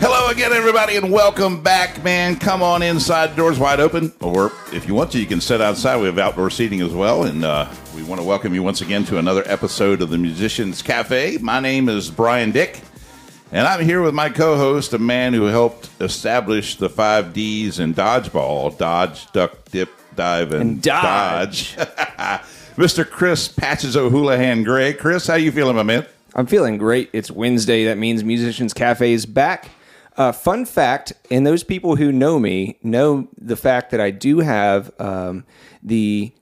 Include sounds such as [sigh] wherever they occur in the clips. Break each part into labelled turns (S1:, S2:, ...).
S1: Hello again, everybody, and welcome back, man. Come on inside, doors wide open, or if you want to, you can sit outside. We have outdoor seating as well, and uh, we want to welcome you once again to another episode of the Musicians Cafe. My name is Brian Dick, and I'm here with my co-host, a man who helped establish the five Ds in dodgeball: dodge, duck, dip, dive, and,
S2: And dodge.
S1: dodge. Mr. Chris Patches O'Houlihan Gray. Chris, how you feeling, my man?
S2: [laughs] I'm feeling great. It's Wednesday. That means Musicians Cafe is back. Uh, fun fact, and those people who know me know the fact that I do have um, the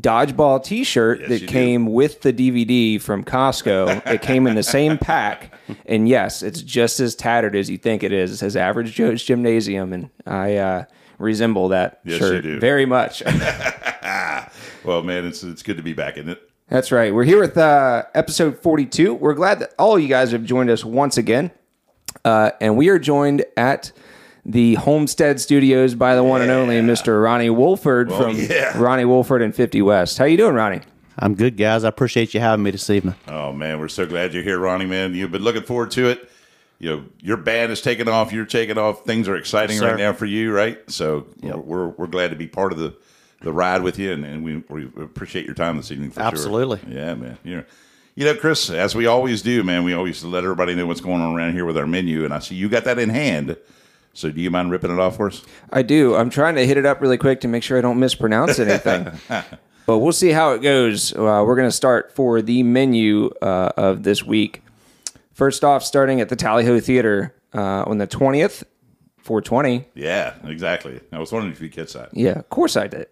S2: dodgeball T-shirt
S1: Yes, you
S2: that
S1: do.
S2: came with the DVD
S1: [laughs]
S2: from Costco. it came in the same pack, and yes, it's just as tattered as you think it is. It says "Average Joe's Gymnasium," and I uh, resemble that
S1: Yes, you
S2: shirt
S1: do.
S2: very much. [laughs]
S1: Well, man, it's it's good to be back, isn't it?
S2: That's right. We're here with uh, episode 42. We're glad that all you guys have joined us once again. Uh, and we are joined at the Homestead Studios by the one and only Mr. Ronnie Wolford from
S1: yeah.
S2: Ronnie Wolford and 50 West. How you doing, Ronnie?
S3: I'm good, guys. I appreciate you having me this evening.
S1: Oh man, we're so glad you're here, Ronnie. Man, you've been looking forward to it. You know, your band is taking off. You're taking off. Things are exciting
S3: Yes,
S1: right
S3: sir.
S1: now for you, right? So we're, we're we're glad to be part of the the ride with you, and, and we we appreciate your time this evening. For sure.
S3: Absolutely.
S1: Yeah, man. You know, you know, Chris, as we always do, man, we always let everybody know what's going on around here with our menu, and I see you got that in hand. So do you mind ripping it off for us?
S2: I do. I'm trying to hit it up really quick to make sure I don't mispronounce anything. but we'll see how it goes. Uh, we're going to start for the menu uh, of this week. First off, starting at the Tally Ho Theater uh, on the 20th, 420.
S1: Yeah, exactly. I was wondering if you catch that.
S2: Yeah, of course I did.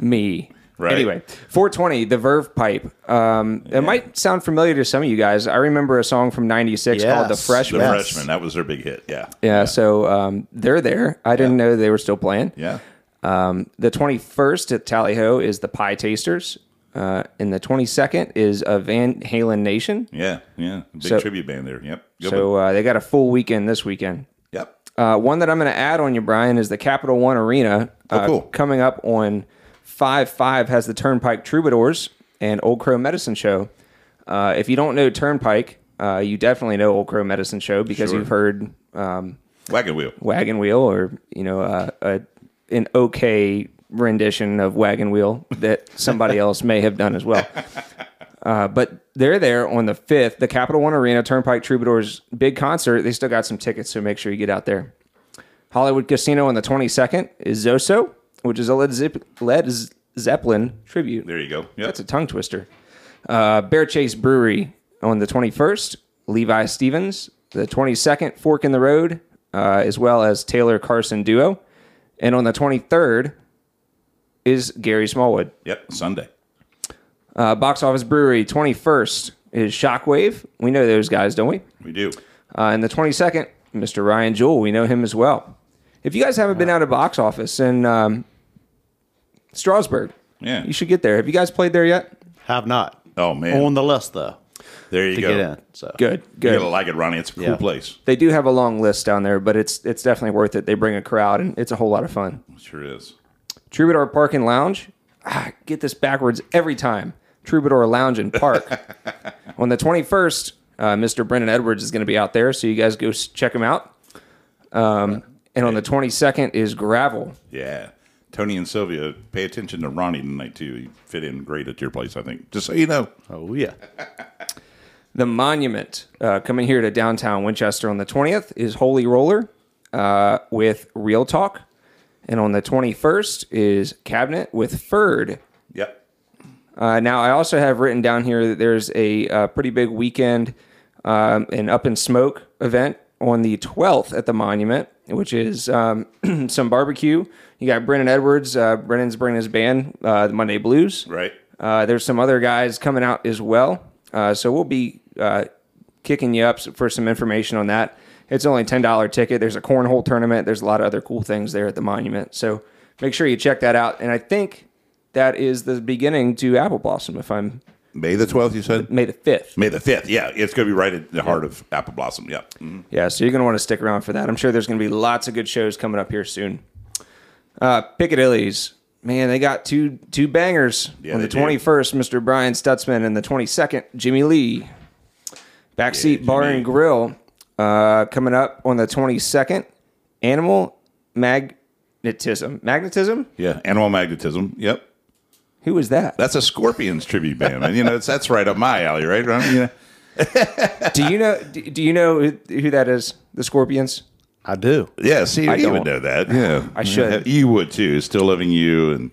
S2: Me.
S1: Right.
S2: Anyway, 420, the Verve Pipe. Um, It might sound familiar to some of you guys. I remember a song from 96 called The
S3: Yes.
S1: The
S2: Freshman.
S3: Yes.
S1: freshman, that was their big hit. Yeah.
S2: Yeah, so um, they're there. I didn't know they were still playing.
S1: Yeah.
S2: Um, the 21st at Tally Ho is the Pie Tasters. Uh, and the 22nd is a Van Halen Nation.
S1: Yeah, yeah. Big
S2: So-
S1: tribute band there. Yep. Good one.
S2: So uh, they got a full weekend this weekend.
S1: Yep.
S2: Uh, one that I'm going to add on you, Brian, is the Capital One Arena.
S1: Oh,
S2: uh,
S1: cool.
S2: Coming up on 5 5 has the Turnpike Troubadours and Old Crow Medicine Show. Uh, if you don't know Turnpike, uh, you definitely know Old Crow Medicine Show because
S1: Sure.
S2: you've heard um,
S1: Wagon wheel.
S2: Wagon Wheel or, you know, uh, a, an okay rendition of Wagon Wheel that somebody else may have done as well. Uh, but they're there on the 5th, the Capital One Arena Turnpike Troubadours big concert. They still got some tickets, so make sure you get out there. Hollywood Casino on the 22nd is Zoso, which is a Led, Zip- Led Z- Zeppelin tribute.
S1: There you go. Yep.
S2: That's a tongue twister. Uh, Bear Chase Brewery on the 21st, Levi Stevens, the 22nd, Fork in the Road, uh, as well as Taylor Carson Duo. And on the 23rd is Gary Smallwood.
S1: yep. Sunday.
S2: Uh, Box Office Brewery, 21st is Shockwave. We know those guys, don't we?
S1: We do.
S2: Uh, and the 22nd, Mr. Ryan Jewell. We know him as well. If you guys haven't been out of box office in um, Strasbourg,
S1: Yeah.
S2: you should get there. Have you guys played there yet?
S3: Have not.
S1: Oh, man.
S3: On the list though
S1: There you
S3: to
S1: go.
S3: get in. So
S2: Good, good.
S1: You're gonna like it, Ronnie. It's a cool
S3: Yeah.
S1: place.
S2: They do have a long list down there, but it's it's definitely worth it. They bring a crowd, and it's a whole lot of fun.
S1: It sure is.
S2: Troubadour Park and Lounge. Ah, get this backwards every time. Troubadour Lounge and Park. On the 21st, uh, Mr. Brendan Edwards is going to be out there, so you guys go s- check him out. Um, and on the 22nd is Gravel.
S1: Yeah. Tony and Sylvia, pay attention to Ronnie tonight too. You fit in great at your place, I think. Just so you know.
S3: oh yeah.
S2: The Monument, uh, coming here to downtown Winchester on the 20th, is Holy Roller uh, with Real Talk. And on the 21st is Cabinet with Ferd.
S1: Yep.
S2: Uh, now, I also have written down here that there's a uh, pretty big weekend, um, an Up in Smoke event on the 12th at the Monument, which is um, [clears throat] some barbecue. You got Brennan Edwards. Uh, Brennan's bringing his band, uh, the Monday Blues.
S1: Right.
S2: Uh, there's some other guys coming out as well. Uh, so we'll be uh, kicking you up for some information on that. It's only $10 ticket. There's a cornhole tournament. There's a lot of other cool things there at the Monument. So make sure you check that out. And I think that is the beginning to Apple Blossom, if I'm
S1: May the twelfth, you said?
S2: May the 5th.
S1: May the fifth. Yeah. It's gonna be right at the heart of Apple Blossom. Yep. Mhm.
S2: Yeah, so you're going to want to stick around for that. I'm sure there's going to be lots of good shows coming up here soon. Uh, Piccadilly's. Man, they got two two bangers
S1: Yeah,
S2: on
S1: they
S2: the
S1: do.
S2: 21st, Mr. Brian Stutzman, and the 22nd, Jimmy Lee. Backseat
S1: Yeah,
S2: Bar
S1: Jimmy.
S2: and Grill. Uh, coming up on the 22nd, Animal Magnetism. Magnetism?
S1: Yeah, Animal Magnetism. Yep.
S2: Who
S1: [laughs]
S2: was that?
S1: That's a Scorpions tribute band. and, you know, it's, that's right up my alley, right? Ron? You know,
S2: do you know? Do, do you know who who that is? The Scorpions.
S3: I do.
S1: yeah, see, you would
S2: don't.
S1: know that. Yeah.
S2: I
S1: [laughs]
S2: should.
S1: You would too. Still Loving You and,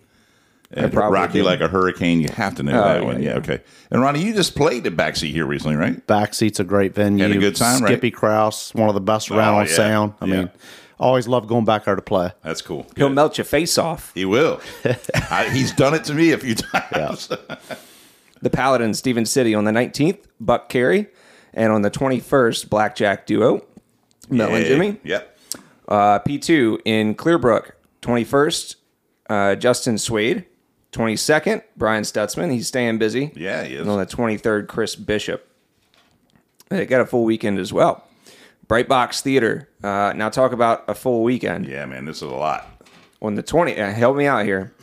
S1: and
S2: probably
S1: Rocky
S2: do. Oh,
S1: Like a Hurricane. You have to know that
S2: yeah,
S1: one. Yeah,
S2: yeah.
S1: okay. And Ronnie, you just played at Backseat here recently, right?
S3: Backseat's a great venue.
S1: Had a good time, right?
S3: Skippy Krause, one of the best around
S1: Oh,
S3: on
S1: yeah.
S3: sound. I
S1: Yeah.
S3: mean, always love going back there to play.
S1: That's cool.
S2: He'll
S1: Good.
S2: melt your face off.
S1: He
S2: [laughs]
S1: will. I, he's done it to me a few [laughs] times.
S2: The Paladin, Steven City on the 19th, Buck Carey. And on the 21st, Blackjack Duo, Mel and
S1: Hey,
S2: Jimmy.
S1: Yep.
S2: Uh, P2 in Clearbrook, 21st, uh, Justin Swade. 22nd, Brian Stutzman. He's staying busy.
S1: Yeah, he is.
S2: And on the 23rd, Chris Bishop. They got a full weekend as well. Bright Box Theater. Uh, now talk about a full weekend.
S1: Yeah, man, this is a lot.
S2: on the 20 uh, help me out here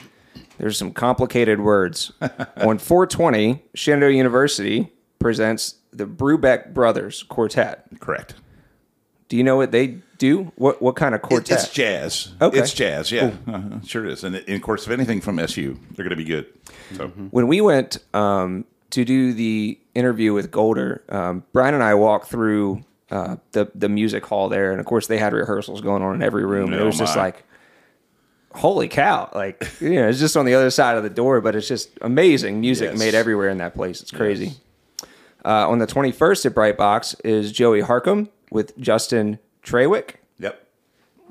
S2: there's some complicated words on 420 shenandoah university presents the brubeck brothers quartet
S1: Correct.
S2: do you know what they do what what kind of quartet
S1: It's jazz.
S2: Okay.
S1: It's jazz, yeah. Uh-huh, Sure is. And, and of course, if anything from SU, they're going to be good. So,
S2: when we went um, to do the interview with Golder, um, Brian and I walked through uh, the the music hall there, and of course they had rehearsals going on in every room, and it
S1: Oh,
S2: was just
S1: my.
S2: like, holy cow! Like [laughs] you know, it's just on the other side of the door, but it's just amazing music
S1: Yes.
S2: made everywhere in that place. It's crazy. Uh, on the twenty first at Bright Box is Joey Harcum with Justin Trawick.
S1: yep.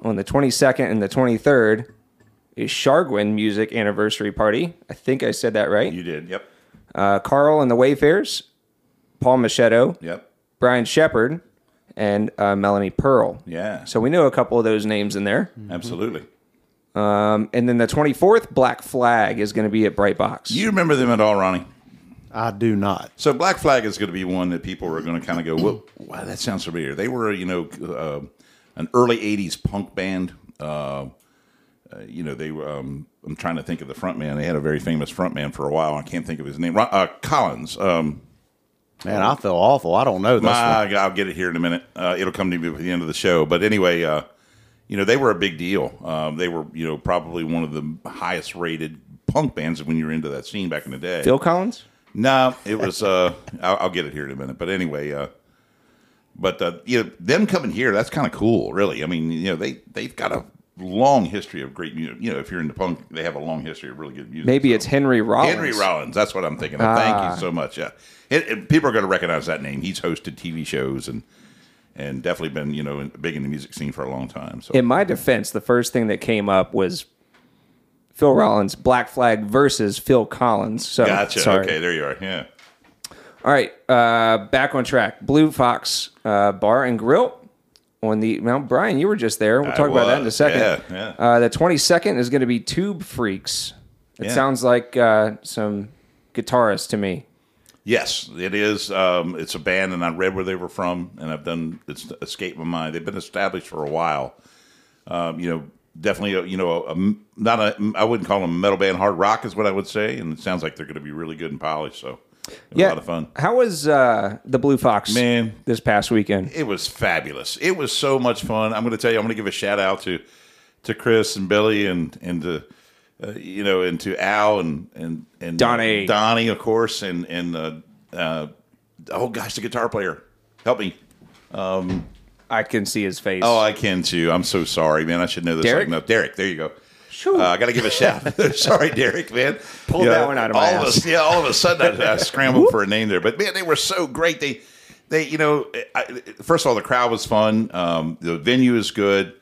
S2: On the twenty second and the twenty third is Shargwin Music Anniversary Party. I think I said that right
S1: You did. Yep.
S2: uh, Carl and the Wayfarers, Paul Machado,
S1: Yep.
S2: Brian Shepard, and uh, Melanie Pearl.
S1: Yeah.
S2: So we know a couple of those names in there.
S1: Absolutely.
S2: Um, and then the 24th, Black Flag is going to be at Bright Box.
S1: Do you remember them at all, Ronnie?
S3: I do not.
S1: So Black Flag is going to be one that people are going to kind of go, well, wow, that sounds familiar. They were, you know, uh, an early '80s punk band. Uh, uh, you know, they. were, Um, I'm trying to think of the front man. They had a very famous front man for a while. I can't think of his name. Ro- Uh, Collins. Um,
S3: Man, I feel awful. I don't know this one.
S1: my God, I'll get it here in a minute. Uh, it'll come to me at the end of the show. But anyway, uh, you know, they were a big deal. Um, they were, you know, probably one of the highest rated punk bands when you were into that scene back in the day.
S2: Phil Collins?
S1: No, it was. Uh, I'll, I'll get it here in a minute. But anyway, uh, but uh, you know, them coming here, that's kind of cool, really. I mean, you know, they they've got a long history of great music. You know, if you're into punk, they have a long history of really good music.
S2: Maybe
S1: So-
S2: it's Henry Rollins. Ah.
S1: Henry Rollins. That's what I'm thinking. of. Thank you so much. Yeah, It- it- people are going to recognize that name. He's hosted TV shows and and definitely been you know in- big in the music scene for a long time. So
S2: In my defense, the first thing that came up was Phil Rollins, Black Flag versus Phil Collins. So
S1: gotcha.
S2: uh, sorry.
S1: Okay, there you are. Yeah.
S2: All right, uh, back on track. Blue Fox uh, Bar and Grill on the Mount Brian. You were just there. We'll
S1: I
S2: talk about that in a
S1: was,
S2: second.
S1: yeah, yeah.
S2: Uh, the twenty second is going to be Tube Freaks. It
S1: Yeah.
S2: sounds like uh, some guitarists to me.
S1: Yes, it is. Um, it's a band, and I read where they were from, and I've done it's escaped my mind. They've been established for a while. Um, you know, definitely, uh, you know, a, a- not a. I wouldn't call them a metal band. Hard rock is what I would say, and it sounds like they're going to be really good and polished. So, it was
S2: yeah,
S1: a lot of fun.
S2: How was uh, the Blue Fox
S1: Man.
S2: this past weekend?
S1: It was fabulous. It was so much fun. I'm going to tell you. I'm going to give a shout out to to Chris and Billy and and to uh, you know and to Al and and and
S2: Donnie.
S1: Donnie, of course, and and uh, uh, oh gosh, the guitar player. Help me.
S2: I can see his face.
S1: Oh, I can too. I'm so sorry, man. I should know this.
S2: Derek?
S1: Like, no, Derek. There you go.
S2: Shoo.
S1: Uh, I got to give a
S2: [laughs]
S1: shout. [laughs] sorry, Derek, man.
S2: Pulled that one out of my
S1: all
S2: ass.
S1: Of a, yeah, all of a sudden
S2: [laughs]
S1: I, I scrambled for a name there, but man, they were so great. They, they, you know, I, first of all, the crowd was fun. Um, the venue is good.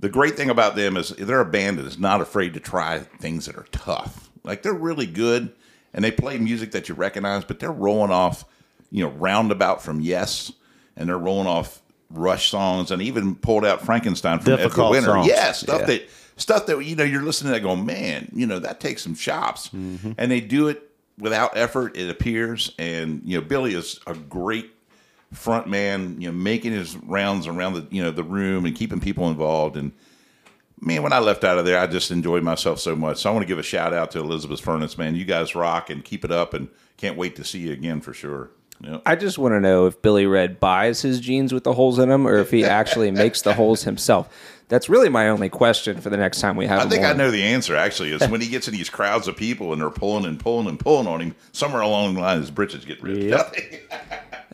S1: The great thing about them is they're a band that is not afraid to try things that are tough. Like they're really good, and they play music that you recognize, but they're rolling off, you know, roundabout from Yes, and they're rolling off Rush songs, and even pulled out Frankenstein from Edgar
S3: Difficult
S1: Winter.
S3: songs.
S1: Yeah, stuff
S3: Yeah.
S1: that stuff that you know you're listening to that going, man, you know that takes some chops,
S3: Mm-hmm.
S1: and they do it without effort. It appears, and you know Billy is a great front man, you know, making his rounds around the you know the room and keeping people involved. And man, when I left out of there, I just enjoyed myself so much. So I want to give a shout out to Elizabeth's Furnace, man. You guys rock and keep it up, and can't wait to see you again for sure. Yep.
S2: I just want to know if Billy Red buys his jeans with the holes in them or
S1: [laughs]
S2: if he actually makes the holes himself. That's really my only question for the next time we have.
S1: I
S2: him
S1: think I
S2: on.
S1: know the answer. Actually, is when he gets in these crowds of people and they're pulling and pulling and pulling on him. Somewhere along the line, his britches get ripped. [laughs]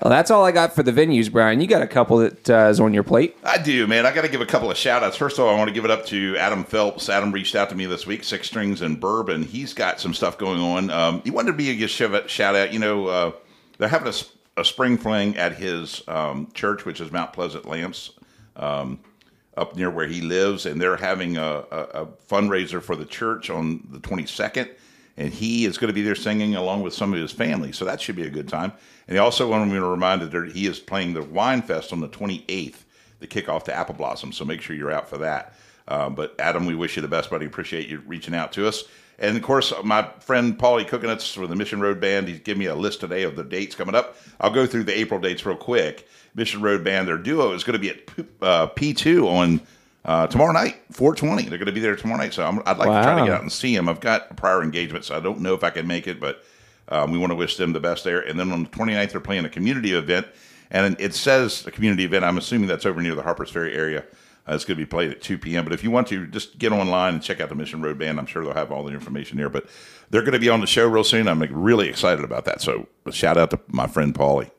S2: Well, that's all I got for the venues, Brian. You got a couple that uh, is on your plate.
S1: I do, man. I got to give a couple of shout outs. First of all, I want to give it up to Adam Phelps. Adam reached out to me this week, Six Strings and Bourbon. He's got some stuff going on. Um, he wanted me to give a shout out. You know, uh, they're having a, s- a spring fling at his um, church, which is Mount Pleasant Lamps up near where he lives, and they're having a, a, a fundraiser for the church on the 22nd. And he is going to be there singing along with some of his family, so that should be a good time. And he also wanted me to remind that there- he is playing the Wine Fest on the 28th, the kickoff to Apple Blossom. So make sure you're out for that. Um, but Adam, we wish you the best, buddy. Appreciate you reaching out to us. And of course, my friend Paulie Cookinuts for the Mission Road Band, he's given me a list today of the dates coming up. I'll go through the April dates real quick. Mission Road Band, their duo is going to be at uh, P2 on uh, tomorrow night, 420. They're going to be there tomorrow night. So I'm, I'd like to try to
S2: Wow.
S1: get out and see them. I've got a prior engagement, so I don't know if I can make it, but um, we want to wish them the best there. And then on the 29th, they're playing a community event. And it says a community event. I'm assuming that's over near the Harpers Ferry area. Uh, it's going to be played at 2 p.m. But if you want to, just get online and check out the Mission Road Band. I'm sure they'll have all the information there. But they're going to be on the show real soon. I'm like, really excited about that. So a shout out to my friend Paulie.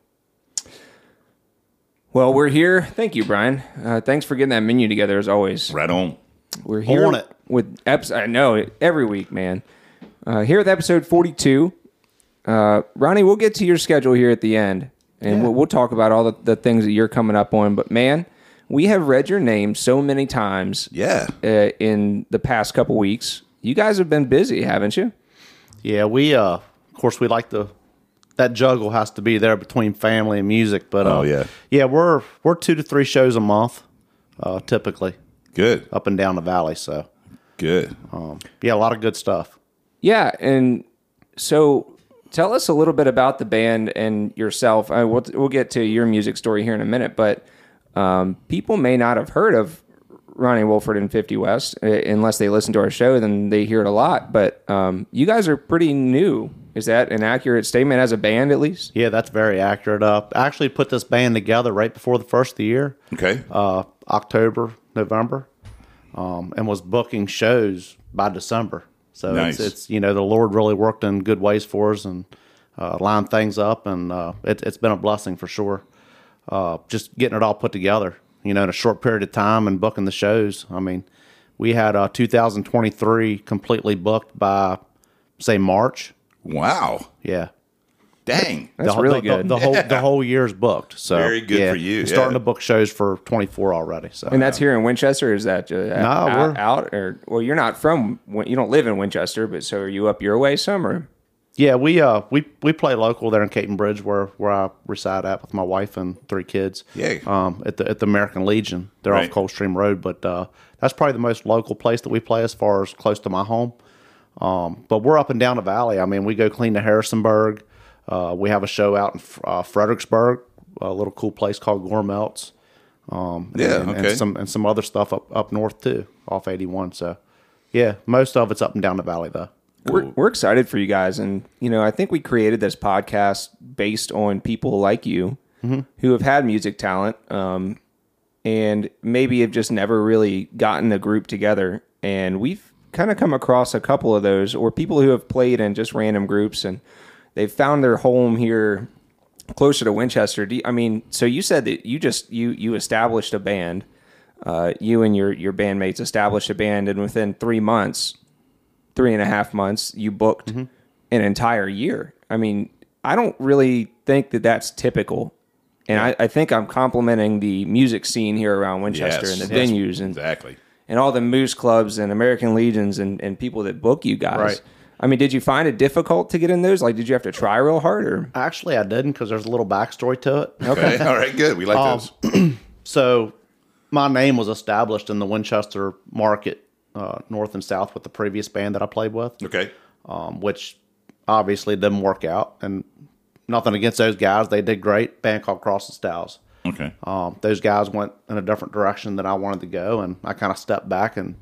S2: Well, we're here. Thank you, Brian. Uh, thanks for getting that menu together as always.
S1: Right on.
S2: We're here
S3: On it.
S2: with eps. I know every week, man. Uh, here with episode forty-two, uh, Ronnie. We'll get to your schedule here at the end, and we'll, we'll talk about all the, the things that you're coming up on. But man, we have read your name so many times
S1: Yeah.
S2: uh, in the past couple weeks. You guys have been busy, haven't you?
S3: Yeah, we uh, of course we like the that juggle has to be there between family and music. But uh,
S1: Oh, yeah.
S3: yeah, we're we're two to three shows a month, uh, typically
S1: Good.
S3: up and down the valley. So
S1: Good.
S3: yeah, a lot of good stuff.
S2: Yeah, and so tell us a little bit about the band and yourself. I, we'll, we'll get to your music story here in a minute, but um, people may not have heard of Ronnie Wolford and Fifty West uh, unless they listen to our show. Then they hear it a lot. But um, you guys are pretty new. Is that an accurate statement as a band, at least?
S3: Yeah, that's very accurate. Uh, I actually put this band together right before the first of the year,
S1: Okay.
S3: uh, October, November, um, and was booking shows by December. So
S1: Nice.
S3: it's, it's you know the Lord really worked in good ways for us and uh, lined things up, and uh, it, it's been a blessing for sure. Uh, just getting it all put together, you know, in a short period of time and booking the shows. I mean, we had uh, 2023 completely booked by say March.
S1: wow.
S3: Yeah,
S1: Dang.
S2: That's
S3: whole-
S2: really
S3: the,
S2: good.
S3: The,
S2: [laughs]
S3: whole the whole year's booked. So
S1: Very good
S3: yeah,
S1: for you,
S3: Starting
S1: yeah.
S3: to book shows for twenty four already. So
S2: And that's here in Winchester. Is that uh, out,
S3: we're-
S2: out or well, you're not from Win- you don't live in Winchester, but so are you up your way some or
S3: yeah, we uh we we play local there in Caton Bridge where where I reside at with my wife and three kids.
S1: Yeah.
S3: Um at the at the American Legion. They're
S1: Right.
S3: off Coldstream Road, but uh that's probably the most local place that we play as far as close to my home. Um but we're up and down the valley. I mean, we go clean to Harrisonburg. Uh, we have a show out in uh, Fredericksburg, a little cool place called Gourmelts.
S1: Yeah.
S3: and, and
S1: okay.
S3: some and some other stuff up up north too, off eighty one. So, yeah, most of it's up and down the valley though.
S2: We're, we're excited for you guys. And, you know, I think we created this podcast based on people like you who have had music talent um, and maybe have just never really gotten a group together. And we've kind of come across a couple of those or people who have played in just random groups and they've found their home here closer to Winchester. Do you, I mean, so you said that you just you you established a band. Uh, you and your your bandmates established a band, and within three months, three and a half months, you booked
S1: Mm-hmm.
S2: an entire year. I mean, I don't really think that that's typical. And I, I think I'm complimenting the music scene here around Winchester
S1: Yes,
S2: and the
S1: yes,
S2: venues and,
S1: exactly.
S2: and all the moose clubs and American legions and, and people that book you guys.
S3: Right.
S2: I mean, did you find it difficult to get in those? Like, did you have to try real hard or?
S3: Actually, I didn't because there's a little backstory to it.
S1: Okay.
S3: [laughs]
S1: Um, All right. Good. We like those.
S3: So, my name was established in the Winchester market, uh, north and south, with the previous band that I played with,
S1: Okay.
S3: um, which obviously didn't work out. And nothing against those guys; they did great. Band called Cross and Styles.
S1: Okay. Oh,
S3: um, those guys went in a different direction than I wanted to go, and I kind of stepped back and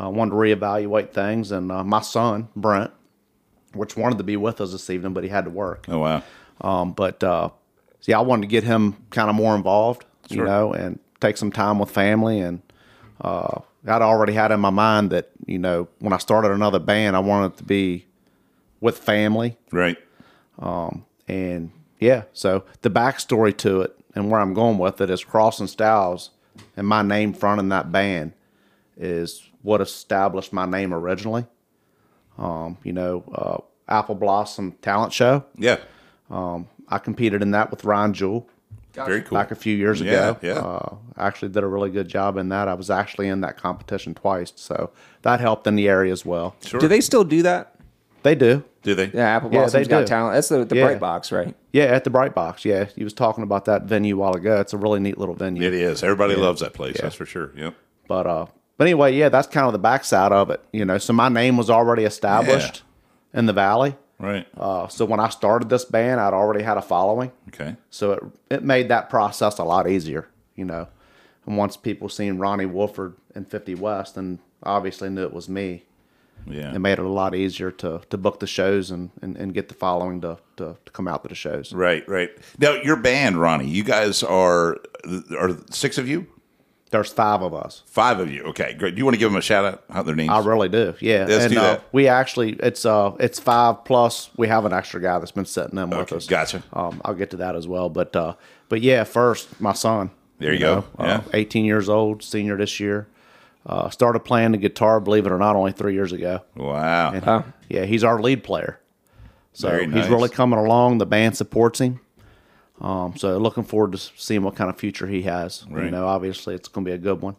S3: uh, wanted to reevaluate things. And uh, my son Brent, which wanted to be with us this evening, but he had to work.
S1: Oh wow.
S3: Um, but uh, so yeah, I wanted to get him kind of more involved, you
S2: Sure.
S3: know, and take some time with family. And uh, I'd already had in my mind that you know when I started another band, I wanted it to be with family.
S1: Right.
S3: And yeah, so the backstory to it and where I'm going with it is Crossing Styles and my name fronting that band is what established my name originally. Um, you know, uh, Apple Blossom Talent Show.
S1: Yeah.
S3: I competed in that with Ron Jewell
S1: Very cool.
S3: back a few years
S1: Yeah,
S3: ago.
S1: yeah.
S3: Uh, actually did a really good job in that. I was actually in that competition twice, so that helped in the area as well.
S1: Sure.
S2: Do they still do that?
S3: They do.
S1: Do they?
S2: Yeah, Apple
S3: Yeah,
S2: Blossom's
S3: they
S2: got
S3: do.
S2: talent. That's the, the
S3: Yeah.
S2: bright box, right?
S3: Yeah, at the Bright Box. Yeah, he was talking about that venue a while ago. It's a really neat little venue.
S1: It is. Everybody loves that place. That's for sure. Yep.
S3: But uh, but anyway, yeah, that's kind of the backside of it, you know. So my name was already established in the valley.
S1: Right.
S3: Uh, so when I started this band, I'd already had a following,
S1: okay.
S3: so it it made that process a lot easier, you know. And once people seen Ronnie Wolford and Fifty West, and obviously knew it was me,
S1: Yeah.
S3: it made it a lot easier to to book the shows and and, and get the following to, to to come out to the shows.
S1: Right. Right. Now your band, Ronnie. You guys are are six of you.
S3: There's five of us.
S1: Five of you. Okay. Great. Do you want to give them a shout out? How their names?
S3: I really do. Yeah.
S1: Let's
S3: and
S1: do
S3: uh,
S1: that.
S3: we actually it's uh it's five plus we have an extra guy that's been sitting in with
S1: Okay,
S3: us.
S1: gotcha.
S3: Um I'll get to that as well. But uh but yeah, first my son. uh,
S1: There you go, yeah.
S3: eighteen years old, senior this year. Uh started playing the guitar, believe it or not, only three years ago.
S1: wow.
S3: And yeah, he's our lead player. So
S1: Very nice.
S3: he's really coming along. The band supports him. Um, so looking forward to seeing what kind of future he has.
S1: Right.
S3: You know, obviously it's going to be a good one.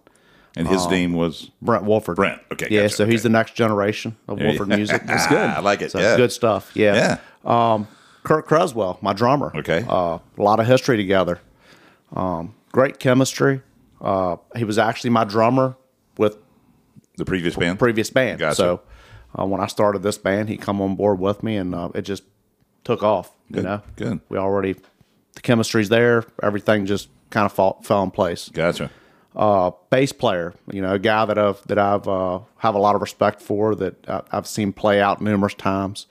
S1: and
S3: Uh,
S1: his name was
S3: Brent Wolford.
S1: Brent. Okay,
S3: Yeah,
S1: gotcha.
S3: so he's
S1: Okay.
S3: the next generation of
S1: [laughs]
S3: Wolford music. It's good.
S1: I like it.
S3: So
S1: yeah.
S3: good stuff. Yeah.
S1: Yeah.
S3: Kurt Creswell, my drummer.
S1: Okay.
S3: Uh, a lot of history together. Um, great chemistry. Uh, he was actually my drummer with
S1: The previous band.
S3: previous band.
S1: Gotcha.
S3: So uh, when I started this band, he come on board with me, and uh, it just took off. You
S1: Good,
S3: know,
S1: good.
S3: We already the chemistry's there. Everything just kind of fall, fell in place
S1: gotcha.
S3: uh, bass player, you know, a guy that I've that I've uh, have a lot of respect for that I- I've seen play out numerous times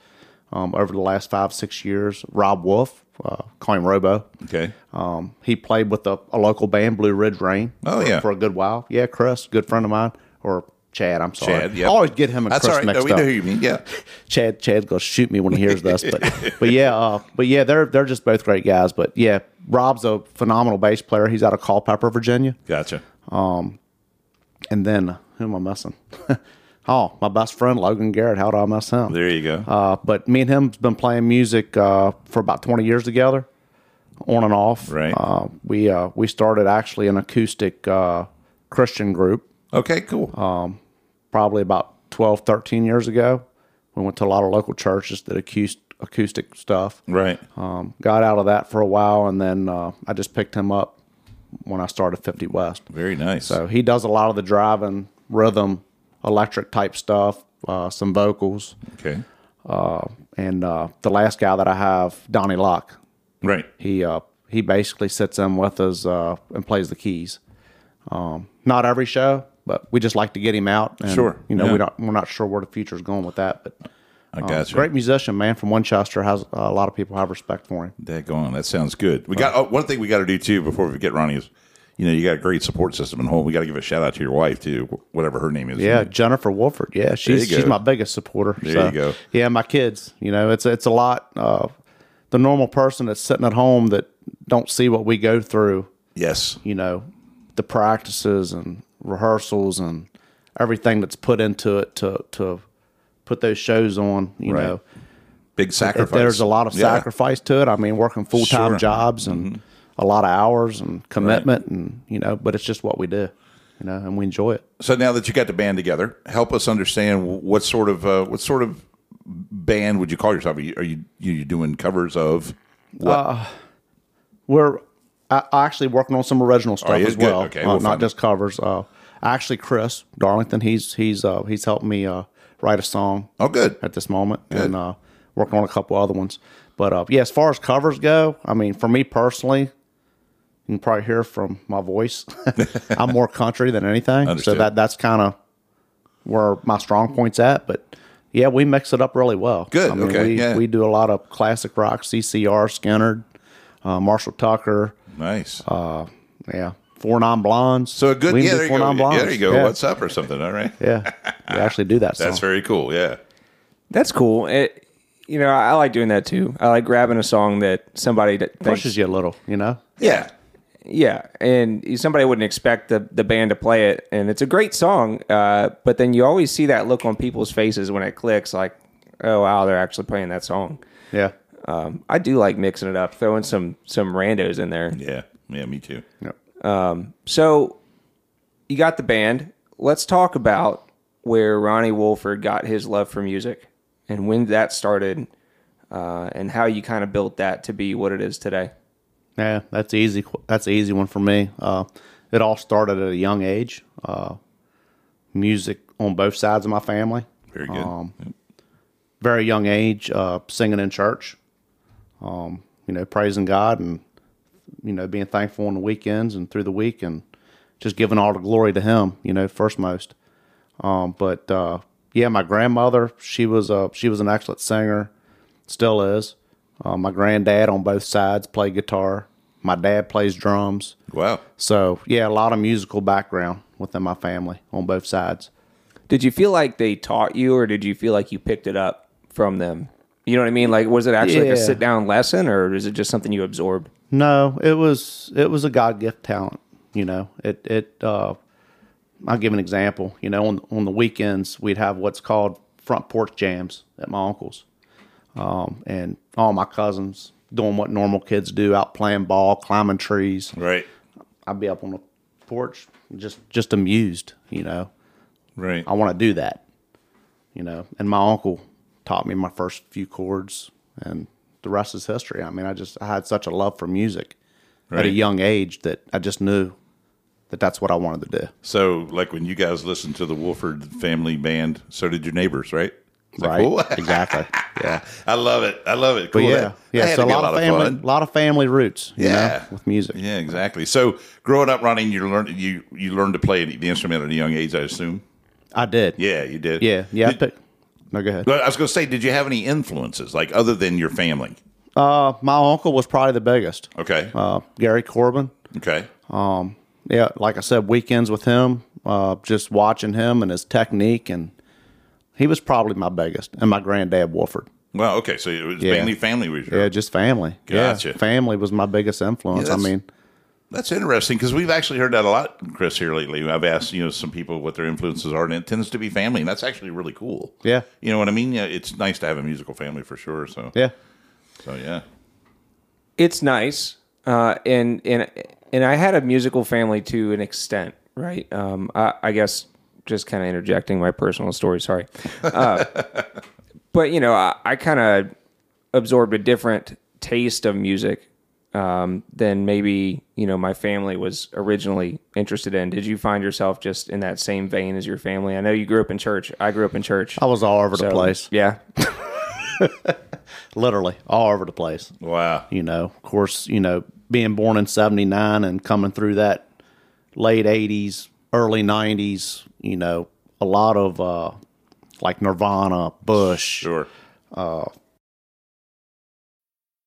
S3: um, over the last five six years. Rob Wolf, uh, call him Robo.
S1: Okay.
S3: Um, he played with a, a local band, Blue Ridge Rain.
S1: Oh,
S3: for,
S1: yeah.
S3: for a good while. Yeah, Chris, good friend of mine, or Chad. I'm sorry,
S1: Chad, yep.
S3: I always get him and
S1: That's
S3: Chris
S1: all right.
S3: mixed
S1: No, we
S3: up.
S1: know who you mean. Yeah.
S3: Chad Chad's gonna shoot me when he hears this, but
S1: [laughs]
S3: but yeah, uh, but yeah, they're they're just both great guys. But yeah, Rob's a phenomenal bass player. He's out of Culpeper, Virginia.
S1: Gotcha.
S3: And then uh, who am I missing? [laughs] oh, my best friend Logan Garrett. How do I miss him?
S1: There you go.
S3: Uh, but me and him's been playing music uh, for about twenty years together, on and off.
S1: Right.
S3: Uh, we uh, we started actually an acoustic uh, Christian group
S1: okay. Cool.
S3: uh, probably about 12, 13 years ago. We went to a lot of local churches that acoustic acoustic stuff.
S1: right.
S3: Um, got out of that for a while, and then uh, I just picked him up when I started Fifty West.
S1: Very nice.
S3: So he does a lot of the driving, rhythm, electric type stuff, uh, some vocals.
S1: okay.
S3: And uh, the last guy that I have, Donnie Locke,
S1: Right.
S3: he uh, he basically sits in with us uh, and plays the keys. Um, not every show, but we just like to get him out. And,
S1: Sure.
S3: You know,
S1: Yeah.
S3: we don't, we're not sure where the future's going with that, but
S1: I gotcha.
S3: um, great musician, man, from Winchester. Has uh, a lot of people have respect for him.
S1: Daggone, that sounds good. We got oh, one thing we got to do too before we get Ronnie is, you know, you got a great support system at home. We got to give a shout out to your wife too, wh- whatever her name is.
S3: Yeah, Jennifer Wolford. Yeah, she's
S1: Mm. you
S3: she's
S1: go.
S3: my biggest supporter.
S1: There
S3: so,
S1: you go.
S3: Yeah, my kids. You know, it's it's a lot. Uh, the normal person that's sitting at home that don't see what we go through.
S1: Yes.
S3: You know, the practices and rehearsals and everything that's put into it to to put those shows on. You
S1: Right.
S3: know,
S1: Big
S3: if
S1: sacrifice.
S3: there's a lot of
S1: Yeah.
S3: sacrifice to it. I mean, working full time
S1: Sure. Mm-hmm.
S3: jobs and a lot of hours and commitment and you know, but it's just what we do. You know, and we enjoy it.
S1: So now that you got the band together, help us understand wh- what sort of uh, what sort of band would you call yourself? Are you are you, you doing covers of?
S3: We're I, I actually working on some original stuff
S1: you?
S3: as
S1: Good.
S3: well,
S1: Okay,
S3: uh,
S1: we'll
S3: not
S1: find-
S3: just covers. Uh, actually, Chris Darlington, he's he's uh, he's helping me uh, write a song
S1: Oh, good.
S3: at this moment, and uh, working on a couple other ones. But uh, yeah, as far as covers go, I mean, for me personally, you can probably hear from my voice. [laughs] I'm more country than anything,
S1: Understood.
S3: so that that's kind of where my strong points at. But yeah, we mix it up really well.
S1: Good,
S3: I mean,
S1: okay,
S3: we,
S1: yeah.
S3: we do a lot of classic rock, CCR, Skinner, uh, Marshall Tucker.
S1: Nice.
S3: Uh, yeah, four non blondes.
S1: so a good.
S3: We
S1: Yeah,
S3: did
S1: there you
S3: four
S1: go.
S3: non-blondes.
S1: Yeah, there you go.
S3: Yeah.
S1: What's up or something? All right.
S3: [laughs] yeah, we actually do
S1: [laughs]
S3: that.
S1: That's
S3: song.
S1: very cool. Yeah.
S2: That's cool. It, you know, I, I like doing that too. I like grabbing a song that somebody that thinks,
S3: pushes you a little, you know.
S1: Yeah.
S2: yeah, and somebody wouldn't expect the, the band to play it, and it's a great song. Uh, but then you always see that look on people's faces when it clicks, like, oh wow, they're actually playing that song.
S3: Yeah,
S2: Um, I do like mixing it up, throwing some some randos in there.
S1: Yeah. Yeah. Me too.
S2: So you got the band. Let's talk about where Ronnie Wolford got his love for music and when that started uh, and how you kind of built that to be what it is today.
S3: yeah. That's easy. That's an easy one for me. Uh, it all started at a young age. Uh, music on both sides of my family.
S1: Very good.
S3: Um, very young age, uh, singing in church, um, you know, praising God and, you know, being thankful on the weekends and through the week and just giving all the glory to Him, you know, first most. Um, but uh, yeah, my grandmother, she was a she was an excellent singer, still is. Uh, my granddad on both sides played guitar. My dad plays drums.
S1: wow.
S3: So yeah, a lot of musical background within my family on both sides.
S2: Did you feel like they taught you or did you feel like you picked it up from them? You know what I mean? Like, was it actually like a
S3: Yeah.
S2: sit down lesson or is it just something you absorbed?
S3: No, it was it was a God gift talent. You know, it it. Uh, I'll give an example. You know, on on the weekends we'd have what's called front porch jams at my uncle's, um, and all my cousins doing what normal kids do, out playing ball, climbing trees.
S1: Right.
S3: I'd be up on the porch, just just amused. You know,
S1: Right.
S3: I want to do that. You know, and my uncle taught me my first few chords, and the rest is history. I mean, I just I had such a love for music at a
S1: Right.
S3: young age that I just knew that that's what I wanted to do.
S1: So, like when you guys listened to the Wolford family band, so did your neighbors, right? Is that
S3: Right?
S1: cool? [laughs]
S3: [laughs] exactly. Yeah.
S1: I love it. I love it.
S3: But
S1: Cool.
S3: yeah,
S1: That- that
S3: yeah.
S1: had
S3: So a
S1: to be
S3: lot, of family,
S1: fun.
S3: a lot of family roots. You
S1: Yeah.
S3: know, with music.
S1: Yeah, exactly. So, growing up, Ronnie, you learned you you learned to play the instrument at a young age, I assume.
S3: I did.
S1: Yeah, you did.
S3: Yeah. Yeah. I
S1: Did-
S3: pick- no, go ahead.
S1: but I was going to say, did you have any influences like other than your family?
S3: Uh, my uncle was probably the biggest.
S1: Okay.
S3: Uh, Gary Corbin.
S1: okay.
S3: yeah, like I said, weekends with him, uh, just watching him and his technique, and he was probably my biggest. And my granddad Wolford,
S1: Well, okay. So it was
S3: yeah.
S1: mainly family was your
S3: yeah, just family.
S1: Gotcha.
S3: Yeah, family was my biggest influence.
S1: Yeah,
S3: I
S1: that's-
S3: mean,
S1: That's interesting because we've actually heard that a lot, Chris, here lately. I've asked, you know, some people what their influences are, and it tends to be family, and that's actually really cool.
S3: Yeah.
S1: You know what I mean? Yeah, it's nice to have a musical family for sure. So,
S3: yeah,
S1: So, yeah.
S2: it's nice uh, and and and i had a musical family to an extent right um, I, I guess just kind of interjecting my personal story sorry uh, but you know i, I kind of absorbed a different taste of music um, than maybe you know my family was originally interested in did you find yourself just in that same vein as your family i know you grew up in church i grew up in church
S3: I was all over
S2: So,
S3: the place,
S2: yeah
S3: literally all over the place.
S1: Wow.
S3: You know, of course, you know, being born in '79 and coming through that late '80s, early '90s, you know, a lot of uh, like Nirvana, Bush,
S1: Sure.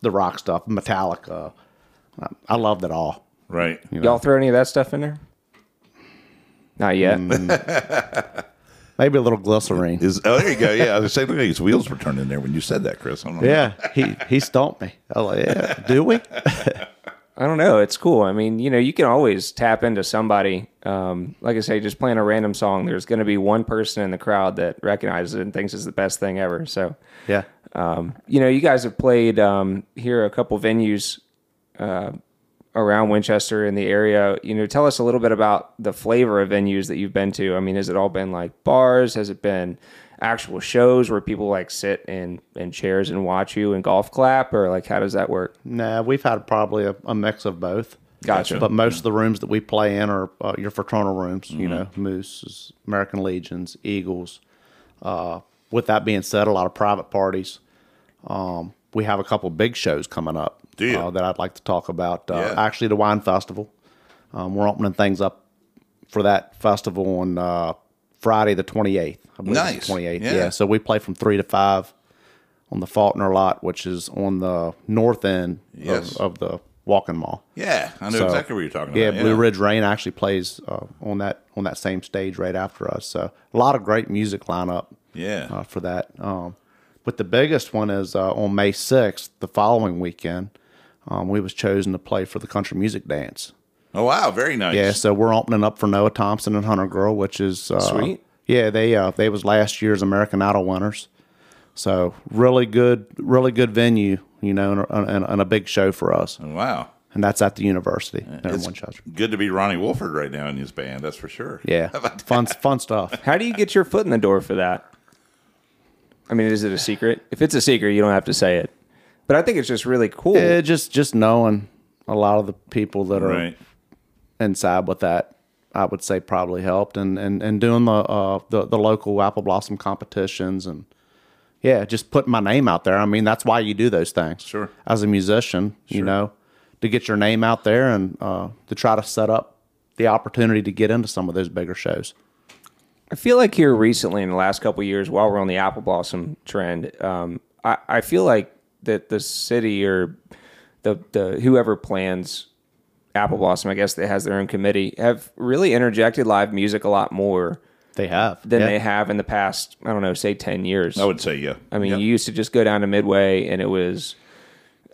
S3: the rock stuff, Metallica. I, I loved it all.
S1: Right.
S2: y'all throw any of that stuff in there not yet
S3: Maybe a little glycerine.
S1: Is oh there you go yeah I was saying look at his wheels were turning there when you said that Chris I'm like,
S3: Yeah, he he stumped me. I was like, yeah, do we?
S2: I don't know. It's cool. I mean, you know, you can always tap into somebody. Um, like I say, just playing a random song, there's going to be one person in the crowd that recognizes it and thinks it's the best thing ever. So,
S3: Yeah,
S2: you know, you guys have played um, here a couple venues uh, around Winchester in the area. You know, tell us a little bit about the flavor of venues that you've been to. I mean, has it all been like bars? Has it been actual shows where people like sit in in chairs and watch you and golf clap, or like how does that work?
S3: Nah, we've had probably a, a mix of both.
S2: Gotcha.
S3: But most of the rooms that we play in are uh, your fraternal rooms. You
S1: Mm-hmm.
S3: know, Moose, American Legions, Eagles. Uh, with that being said, a lot of private parties. Um, we have a couple big shows coming up
S1: Do you?
S3: Uh, that I'd like to talk about. Uh,
S1: Yeah.
S3: Actually, the Wine Festival. Um, we're opening things up for that festival on uh, Friday the 28th. I believe it's
S1: Nice.
S3: the 28th.
S1: Yeah.
S3: yeah. So we play from 3 to 5 on the Faulkner lot, which is on the north end
S1: Yes.
S3: of, of the Walking Mall.
S1: Yeah, I know
S3: So-
S1: exactly what you're talking about.
S3: Yeah, Blue Ridge Rain actually plays uh, on that on that same stage right after us. So a lot of great music lineup.
S1: Yeah.
S3: uh, for that. Um, but the biggest one is uh, on May sixth, the following weekend. Um, we was chosen to play for the country music dance.
S1: Oh wow, very nice.
S3: Yeah, so we're opening up for Noah Thompson and Hunter Girl, which is uh,
S2: Sweet.
S3: Yeah, they uh, they was last year's American Idol winners. So really good, really good venue, you know, and, a- and, a- and a big show for us.
S1: Wow.
S3: And that's at the university. there in
S1: It's
S3: Winchester.
S1: good to be Ronnie Wolford right now in his band. That's for sure. [laughs]
S3: Yeah, fun fun stuff.
S2: How do you get your foot in the door for that? I mean, is it a secret? If it's a secret, you don't have to say it. But I think it's just really cool.
S3: Yeah, just just knowing a lot of the people that are
S1: Right.
S3: inside with that, I would say probably helped, and and and doing the uh, the the local apple blossom competitions and. Yeah, just putting my name out there. I mean, that's why you do those things.
S1: Sure.
S3: As a musician, you know, to get your name out there and uh, to try to set up the opportunity to get into some of those bigger shows.
S2: I feel like here recently in the last couple of years, while we're on the apple blossom trend, um, I, I feel like that the city or the the whoever plans apple blossom, I guess that has their own committee, have really interjected live music a lot more
S3: They have.
S2: than
S3: Yeah.
S2: they have in the past. I don't know, say ten years.
S1: I would say yeah.
S2: I mean,
S1: Yep.
S2: you used to just go down to Midway and it was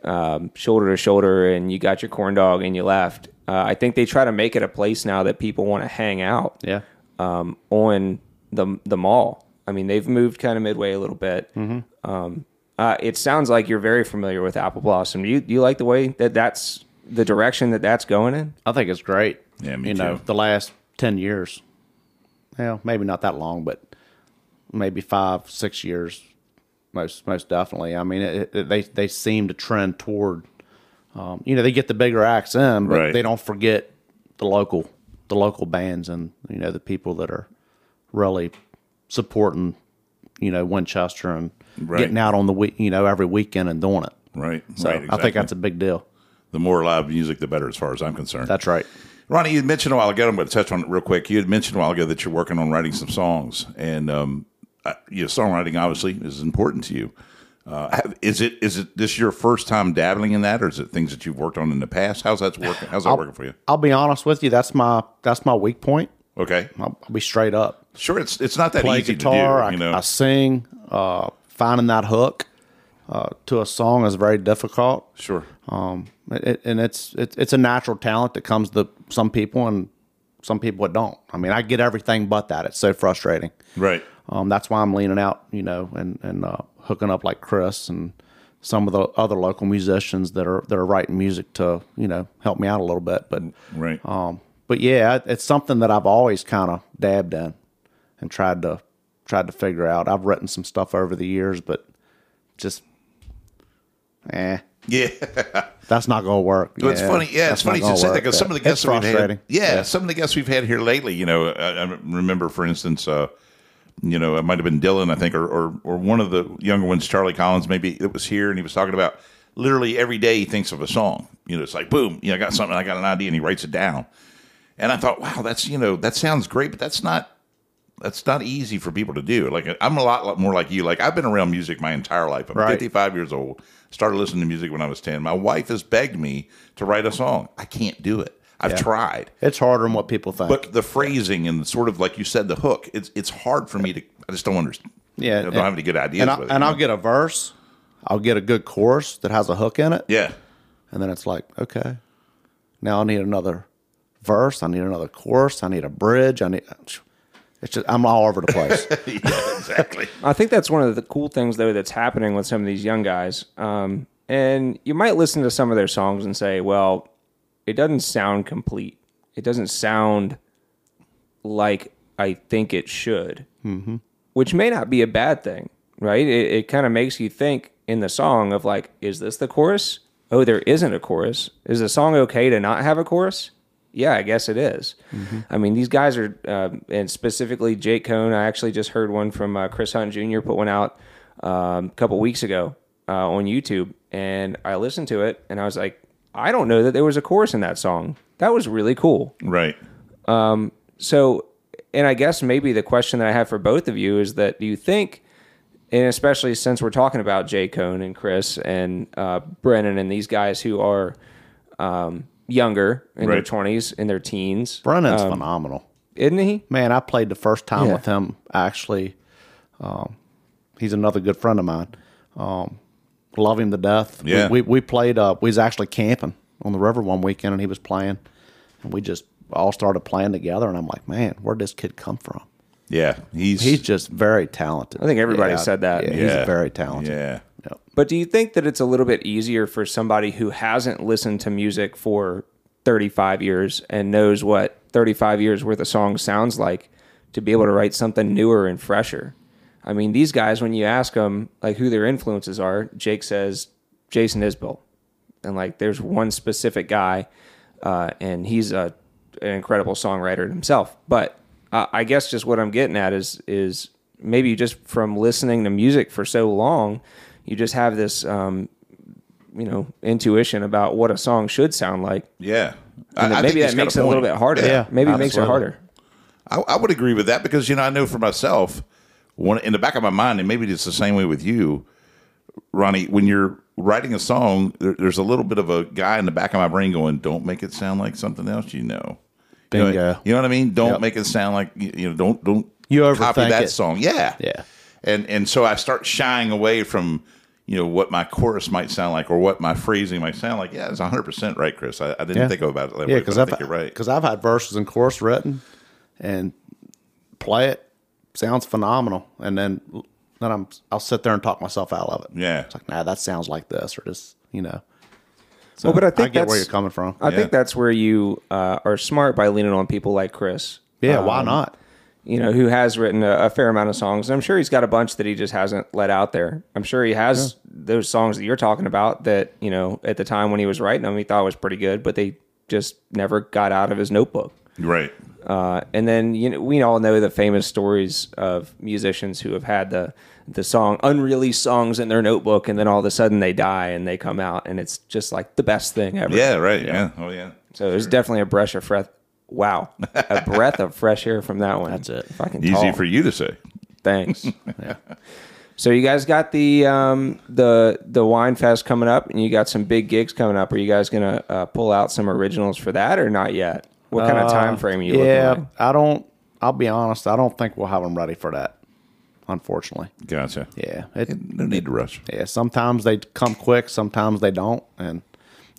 S2: um, shoulder to shoulder, and you got your corn dog and you left. Uh, I think they try to make it a place now that people want to hang out
S3: Yeah.
S2: um, on the the mall. I mean, they've moved kind of midway a little bit. Um, uh, it sounds like you're very familiar with Apple Blossom. Do you do you like the way that that's the direction that that's going in?
S3: I think it's great.
S1: Yeah, me
S3: you know,
S1: too.
S3: the last ten years. Well, maybe not that long, but maybe five, six years, most most definitely. I mean, it, it, they they seem to trend toward. Um, you know, they get the bigger acts in, but
S1: Right.
S3: they don't forget the local the local bands and you know the people that are really supporting. You know, Winchester and
S1: Right.
S3: getting out on the week. You know, every weekend and doing it.
S1: right.
S3: So
S1: right,
S3: I think
S1: exactly.
S3: that's a big deal.
S1: the more live music, the better, as far as I'm concerned.
S3: That's right.
S1: Ronnie, you had mentioned a while ago. I'm going to touch on it real quick. You had mentioned a while ago that you're working on writing some songs, and um, uh, you know, songwriting obviously is important to you. Uh, have- is it is it this your first time dabbling in that, or is it things that you've worked on in the past? How's that's
S3: [sighs]
S1: working? How's that working for you?
S3: I'll be honest with you. That's my that's my weak point.
S1: Okay,
S3: I'll, I'll be straight up.
S1: sure. It's it's not that
S3: Play
S1: easy
S3: guitar.
S1: to do. You know,
S3: I, I sing. Uh, finding that hook uh, to a song is very difficult.
S1: sure.
S3: Um, it, it- and it's it, it's a natural talent that comes to some people and some people it don't. I mean, I get everything but that. It's so frustrating.
S1: Right.
S3: Um, that's why I'm leaning out, you know, and and uh, hooking up like Chris and some of the other local musicians that are that are writing music to you know help me out a little bit. But
S1: Right.
S3: um, but yeah, it- it's something that I've always kind of dabbed in and tried to tried to figure out. I've written some stuff over the years, but just eh,
S1: yeah.
S3: that's not gonna work.
S1: Well, it's funny. Yeah, it's
S3: that's not
S1: funny you
S3: gonna
S1: should say that
S3: work,
S1: because some of the
S3: but
S1: guests that
S3: it's
S1: we've had,
S3: frustrating.
S1: yeah, some of the guests we've had here lately. You know, I, I remember, for instance, uh, you know, it might have been Dylan, I think, or, or or one of the younger ones, Charlie Collins, maybe that was here, and he was talking about literally every day he thinks of a song. You know, it's like boom, you know, I got something, I got an idea, and he writes it down. And I thought, wow, that's you know, that sounds great, but that's not that's not easy for people to do. Like I'm a lot more like you. Like I've been around music my entire life. I'm
S3: Right.
S1: 55 years old. Started listening to music when I was 10. My wife has begged me to write a song. I can't do it. I've tried.
S3: It's harder than what people think.
S1: But the phrasing and sort of like you said, the hook. It's it's hard for me to. I just don't understand.
S3: Yeah,
S1: I don't
S3: and-
S1: have any good ideas.
S3: and I,
S1: with it,
S3: and
S1: you
S3: I'll
S1: know?
S3: get a verse, I'll get a good chorus that has a hook in it,
S1: yeah, [laughs]
S3: and then it's like, okay, now I need another verse, I need another chorus, I need a bridge, I need. It's just I'm all over the place.
S1: yeah, exactly.
S2: I think that's one of the cool things though that's happening with some of these young guys. Um, and you might listen to some of their songs and say, "Well, it doesn't sound complete. It doesn't sound like I think it should." Mm-hmm. which may not be a bad thing, right? It, it kind of makes you think in the song of like, is this the chorus? Oh, there isn't a chorus. Is the song okay to not have a chorus? Yeah, I guess it is. I mean, these guys are, um, and specifically Jake Cohn. I actually just heard one from uh, Chris Hunt Jr. put one out um, a couple weeks ago uh, on YouTube, and I listened to it, and I was like, I don't know that there was a chorus in that song. That was really cool.
S1: Right.
S2: So, and I guess maybe the question that I have for both of you is that do you think, and especially since we're talking about Jay Cohn and Chris and uh, Brennan and these guys who are um, younger in their
S1: Right.
S2: 20s, in their teens,
S3: Brennan's phenomenal.
S2: isn't he?
S3: Man, I played the first time
S2: Um, Yeah.
S3: with him actually. Um, he's another good friend of mine. Um, love him to death.
S1: Yeah.
S3: We, we, we played, uh, we was actually camping on the river one weekend and he was playing. And we just all started playing together. And I'm like, man, where'd this kid come from?
S1: Yeah. He's
S3: He's just very talented.
S2: I think everybody said that.
S3: Yeah,
S1: yeah.
S3: He's very talented.
S1: Yeah.
S3: Yep.
S2: But do you think that it's a little bit easier for somebody who hasn't listened to music for 35 years and knows what 35 years worth of songs sounds like to be able to write something newer and fresher? I mean, these guys, when you ask them like who their influences are, Jake says Jason Isbell, and like there's one specific guy, uh, and he's a an incredible songwriter himself. But uh, I guess just what I'm getting at is is maybe just from listening to music for so long, you just have this um, you know intuition about what a song should sound like.
S1: Yeah. I-
S2: And
S1: I
S2: that
S1: think
S2: maybe
S1: he's
S2: that
S1: got
S2: makes it a little
S1: point.
S2: bit harder.
S3: Yeah,
S2: maybe it makes it
S3: absolutely.
S2: harder.
S1: I, I would agree with that because you know I know for myself, when, in the back of my mind, and maybe it's the same way with you, Ronnie. When you're writing a song, there, there's a little bit of a guy in the back of my brain going, "Don't make it sound like something else." You know, You know,
S3: Bingo.
S1: you know what I mean? Don't
S3: Yep.
S1: make it sound like you you know. Don't don't
S3: You
S1: copy
S3: overthink
S1: that
S3: it.
S1: song. Yeah,
S3: Yeah.
S1: And and so I start shying away from you know what my chorus might sound like or what my phrasing might sound like. Yeah, it's 100 percent right, Chris. I, I didn't
S3: Yeah.
S1: think about it that
S3: Yeah,
S1: way,
S3: because
S1: but I
S3: I've,
S1: think you're right.
S3: 'cause I've had verses and chorus written and play it. Sounds phenomenal. And then then I'm I'll sit there and talk myself out of it.
S1: Yeah.
S3: It's like, nah, that sounds like this or this, you know.
S2: well, but I think
S3: I get where
S2: that's-
S3: you're coming from.
S2: I
S1: Yeah.
S2: think that's where you uh, are smart by leaning on people like Chris.
S3: yeah,
S2: Um,
S3: why not?
S2: you know, who has written a, a fair amount of songs. And I'm sure he's got a bunch that he just hasn't let out there. I'm sure he has those songs that you're talking about that, you know, at the time when he was writing them, he thought was pretty good, but they just never got out of his notebook.
S1: Right.
S2: Uh, and then you know, we all know the famous stories of musicians who have had the the song unreleased songs in their notebook, and then all of a sudden they die and they come out, and it's just like the best thing ever.
S1: Yeah. Right. yeah. Oh yeah.
S2: So it was definitely a breath of fresh. Wow, a breath of fresh air from that one. That's
S3: it.
S2: Fucking
S1: Easy
S2: tall.
S1: for you to say.
S2: Thanks. So you guys got the um, the the wine fest coming up, and you got some big gigs coming up. Are you guys gonna uh, pull out some originals for that, or not yet? What kind of time frame are you
S3: Yeah,
S2: looking
S3: I don't I'll be honest, I don't think we'll have them ready for that. Unfortunately.
S1: Gotcha.
S3: Yeah. It,
S1: No need to rush.
S3: yeah, sometimes they come quick, sometimes they don't. And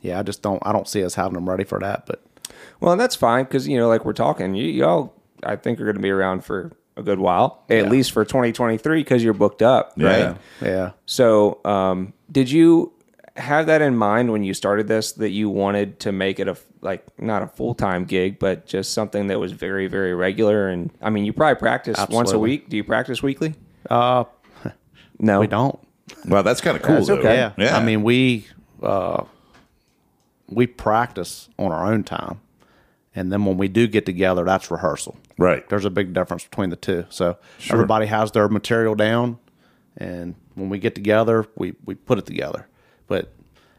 S3: yeah, I just don't I don't see us having them ready for that, but
S2: like? Well, that's fine because you know, like we're talking, you y'all, I think are gonna be around for a good while, at least for 2023, because you're booked up,
S1: Yeah.
S2: right?
S3: yeah.
S2: So, um, did you have that in mind when you started this that you wanted to make it a like not a full time gig, but just something that was very very regular? And I mean, you probably practice once a
S3: Absolutely.
S2: week. Do you practice weekly? Uh,
S3: [laughs]
S2: no,
S3: We don't.
S1: Wow, that's kind of cool.
S2: That's
S1: though.
S2: okay.
S3: Yeah. I mean, we uh, we practice on our own time, and then when we do get together, that's rehearsal.
S1: right.
S3: There's a big difference between the two. So everybody has their material down, and when we get together, we we put it together. But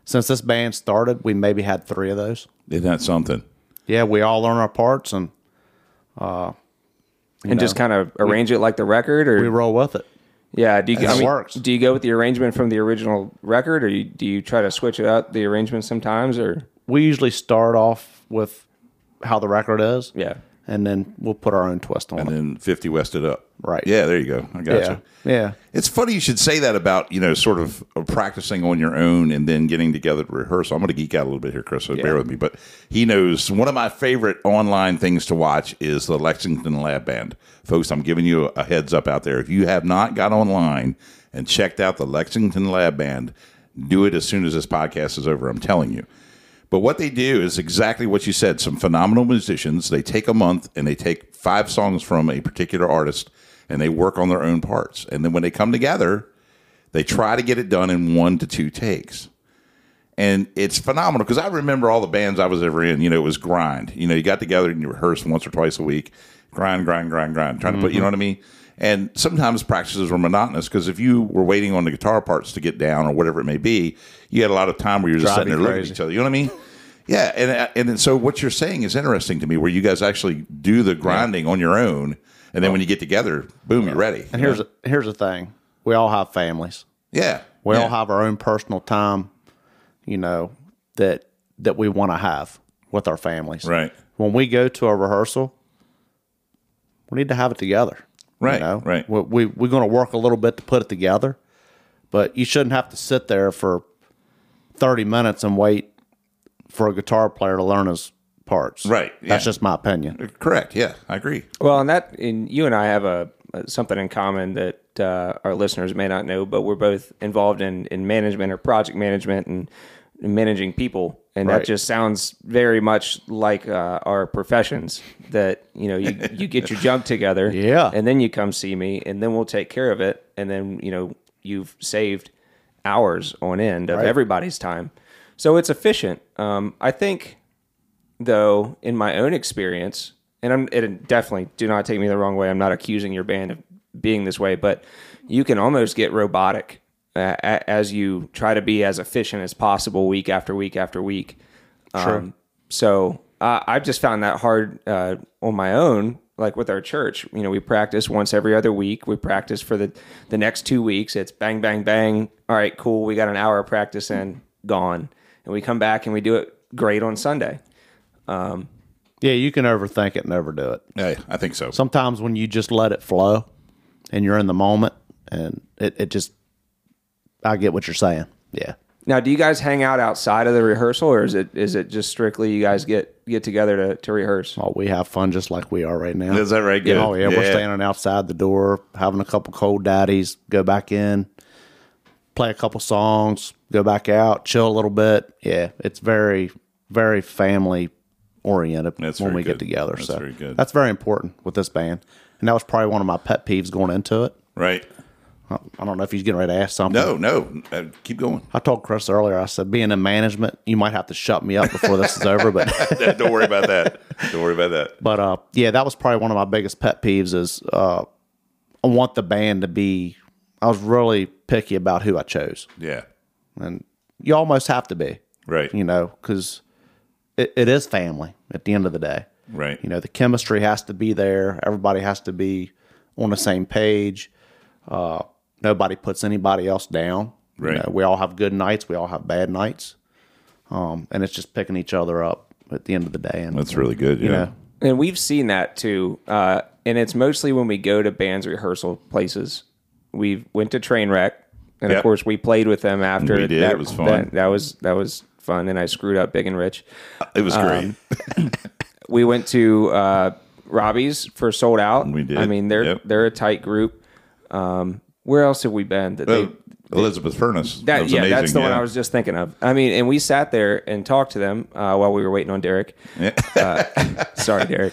S3: since this band started, we maybe had three of those.
S1: Isn't that something?
S3: Yeah, we all learn our parts and
S2: and just kind of arrange it like the record, or
S3: we roll with it.
S2: yeah. Do you
S3: And
S2: I
S3: it
S2: mean,
S3: works.
S2: Do you go with the arrangement from the original record, or you, do you try to switch it out the arrangement sometimes, or
S3: We usually start off with how the record is,
S2: yeah?
S3: and then we'll put our own twist on
S1: And
S3: it.
S1: then 50 West it up.
S3: Right.
S1: Yeah, there you go. I gotcha.
S3: Yeah, yeah.
S1: It's funny you should say that about, you know, sort of uh, practicing on your own and then getting together to rehearse. I'm going to geek out a little bit here, Chris, so bear with me. But he knows one of my favorite online things to watch is the Lexington Lab Band. Folks, I'm giving you a heads up out there. If you have not got online and checked out the Lexington Lab Band, do it as soon as this podcast is over. I'm telling you. But what they do is exactly what you said. Some phenomenal musicians. They take a month and they take five songs from a particular artist and they work on their own parts. And then when they come together, they try to get it done in one to two takes. And it's phenomenal because I remember all the bands I was ever in. You know, it was grind. You know, you got together and you rehearsed once or twice a week, grind, grind, grind, grind, trying to put, you
S3: Mm-hmm.
S1: know what I mean? And sometimes practices were monotonous because if you were waiting on the guitar parts to get down or whatever it may be, you had a lot of time where you're just
S3: Drive
S1: sitting
S3: you
S1: there looking at
S3: crazy.
S1: each other. You know what I mean? Yeah, and uh, and then, so what you're saying is interesting to me, where you guys actually do the grinding on your own, and then when you get together, boom, you're ready.
S3: And here's here's the thing: we all have families.
S1: yeah,
S3: We
S1: yeah.
S3: all have our own personal time, you know, that that we want to have with our families.
S1: Right.
S3: When we go to a rehearsal, we need to have it together.
S1: Right,
S3: You know?
S1: right.
S3: We, we we're going to work a little bit to put it together, but you shouldn't have to sit there for thirty minutes and wait for a guitar player to learn his parts.
S1: Right,
S3: That's
S1: yeah. Uh,
S3: just my opinion.
S1: correct. Yeah, I agree.
S2: Well, and that and you and I have a something in common that uh, our listeners may not know, but we're both involved in in management or project management and managing people, and that
S3: Right.
S2: just sounds very much like uh, our professions. That you know, you, you get your junk together,
S3: [laughs] Yeah.
S2: and then you come see me, and then we'll take care of it, and then you know you've saved hours on end of everybody's time, so it's efficient. Um, I think though, in my own experience, and I'm it definitely do not take me the wrong way. I'm not accusing your band of being this way, but you can almost get robotic uh, a- as you try to be as efficient as possible week after week after week. Sure. so uh, I've just found that hard uh, on my own. Like with our church, you know, we practice once every other week. We practice for the the next two weeks. It's bang, bang, bang. All right, cool. We got an hour of practice in, gone, and we come back and we do it great on Sunday.
S3: Yeah, you can overthink it and overdo it.
S1: Yeah, I think so.
S3: sometimes when you just let it flow and you're in the moment and it, it just i get what you're saying yeah
S2: Now, do you guys hang out outside of the rehearsal, or is it is it just strictly you guys get get together to, to rehearse?
S3: well Oh, we have fun just like we are right now
S1: Is that right? Good.
S3: oh yeah, we're
S1: Yeah.
S3: standing outside the door having a couple cold daddies go back in play a couple songs go back out chill a little bit yeah it's very very family oriented
S1: That's
S3: when
S1: very
S3: we
S1: good.
S3: get together
S1: That's
S3: so
S1: very good.
S3: that's very important with this band and that was probably one of my pet peeves going into it
S1: Right.
S3: i I don't know if he's getting ready to ask something
S1: No, no. Uh, keep going.
S3: I told Chris earlier, I said, being in management, you might have to shut me up before this is over.
S1: [laughs]
S3: But,
S1: Don't worry about that. Don't worry about that.
S3: but, uh, yeah, that was probably one of my biggest pet peeves is, uh, I want the band to be, I was really picky about who I chose.
S1: Yeah.
S3: And you almost have to be,
S1: Right.
S3: you know, cause it, it is family at the end of the day.
S1: Right.
S3: You know, the chemistry has to be there. Everybody has to be on the same page. Uh, nobody puts anybody else down. You
S1: Right.
S3: know, we all have good nights. We all have bad nights. Um, and it's just picking each other up at the end of the day. And
S1: That's really good. Yeah.
S3: you know,
S2: And we've seen that too, uh, and it's mostly when we go to bands rehearsal places. We went to Trainwreck, and
S1: Yep.
S2: of course we played with them after.
S1: We did.
S2: That
S1: It was fun.
S2: That, that was that was fun, and I screwed up big and rich.
S1: It was great.
S2: we went to uh, Robbie's for sold out.
S1: We did.
S2: I mean, they're
S1: Yep.
S2: they're a tight group. Um, where else have we been? That they,
S1: Oh, Elizabeth Furnace. That,
S2: That,
S1: was
S2: yeah,
S1: amazing.
S2: that's the one
S1: yeah.
S2: I was just thinking of. I mean, and we sat there and talked to them uh, while we were waiting on Derek.
S1: [laughs]
S2: Uh, sorry, Derek.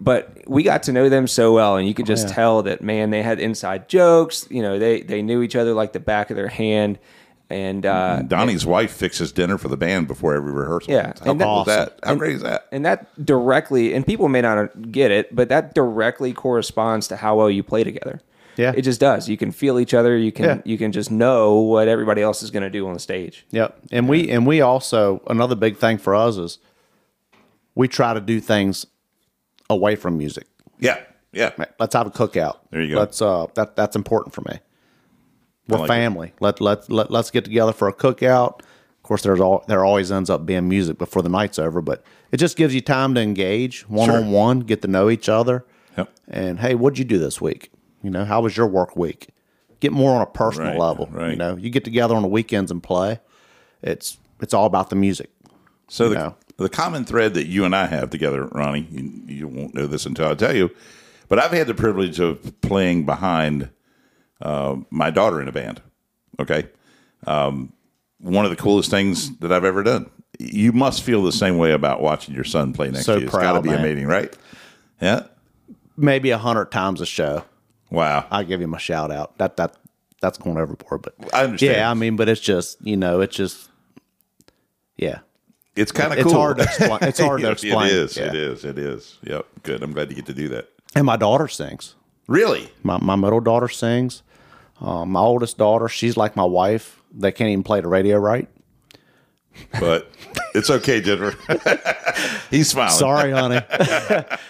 S2: But we got to know them so well, and you
S3: Oh,
S2: could just tell that man, they had inside jokes. You know, they they knew each other like the back of their hand, and
S3: Mm-hmm.
S2: uh,
S1: Donnie's wife fixes dinner for the band before every rehearsal.
S2: Yeah,
S1: How
S2: and that-
S1: cool is that? How
S2: and-
S1: great is that?
S2: and that directly and people may not get it but that directly corresponds to how well you play together
S3: Yeah.
S2: it just does you can feel each other you can
S3: Yeah.
S2: you can just know what everybody else is going to do on the stage
S3: Yep. And we and we also another big thing for us is we try to do things away from music.
S1: Yeah. Yeah.
S3: Let's have a cookout.
S1: There you go.
S3: Let's uh that that's important for me. We're
S1: like it.
S3: family. Let let let let's get together for a cookout. Of course there's all there always ends up being music before the night's over, but it just gives you time to engage one on one, get to know each other.
S1: Yep.
S3: And hey, what'd you do this week? You know, how was your work week? Get more on a personal
S1: Right,
S3: level. You
S1: right.
S3: know, you get together on the weekends and play. It's it's all about the music.
S1: So the,
S3: No.
S1: the common thread that you and I have together, Ronnie, you, you won't know this until I tell you, but I've had the privilege of playing behind uh, my daughter in a band. Okay, um, one of the coolest things that I've ever done. You must feel the same way about watching your son play next
S3: So
S1: to you. It's
S3: proud,
S1: got to be
S3: man.
S1: amazing, right? Yeah,
S3: Maybe a hundred times a show.
S1: Wow.
S3: I give him a shout out. That that that's going overboard, but
S1: I understand.
S3: Yeah, I mean, but it's just you know, it's just yeah,
S1: It's kind of
S3: it's
S1: cool.
S3: hard to explain. It's hard to
S1: [laughs]
S3: explain.
S1: It is.
S3: Yeah.
S1: It is. It is. Yep. Good. I'm glad you get to do that.
S3: And my daughter sings.
S1: Really?
S3: My my middle daughter sings. Um, my oldest daughter, she's like my wife. They can't even play the radio right.
S1: But it's okay, Jennifer. [laughs] He's smiling.
S3: Sorry, honey.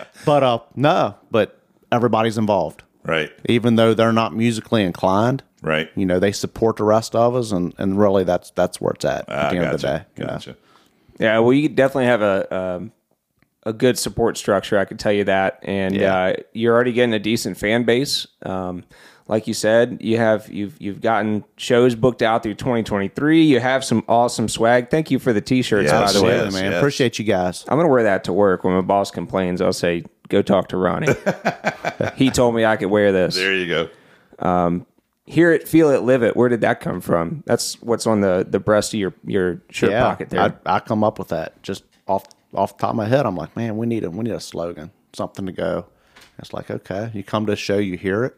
S3: [laughs] but uh, no. But everybody's involved,
S1: Right.
S3: even though they're not musically inclined.
S1: Right.
S3: You know, they support the rest of us, and and really, that's that's where it's at at
S1: Ah,
S3: the end of the day.
S1: gotcha.
S3: you know.
S1: Gotcha.
S2: Yeah, well, you definitely have a um, a good support structure. I can tell you that, and uh, you're already getting a decent fan base. Um, like you said, you have you've you've gotten shows booked out through 2023. You have some awesome swag. Thank you for the t-shirts, by the way.
S3: Absolutely,
S1: Yes,
S3: man.
S1: yes.
S3: Appreciate you guys.
S2: I'm gonna wear that to work when my boss complains. I'll say, "Go talk
S1: [laughs]
S2: to Ronnie." he told me I could wear this.
S1: There you go.
S2: Hear it, feel it, live it. Where did that come from? That's what's on the the breast of your your shirt
S3: yeah,
S2: pocket there.
S3: I, I come up with that just off off the top of my head. I'm like, man, we need a we need a slogan, something to go. It's like, okay, you come to a show, you hear it.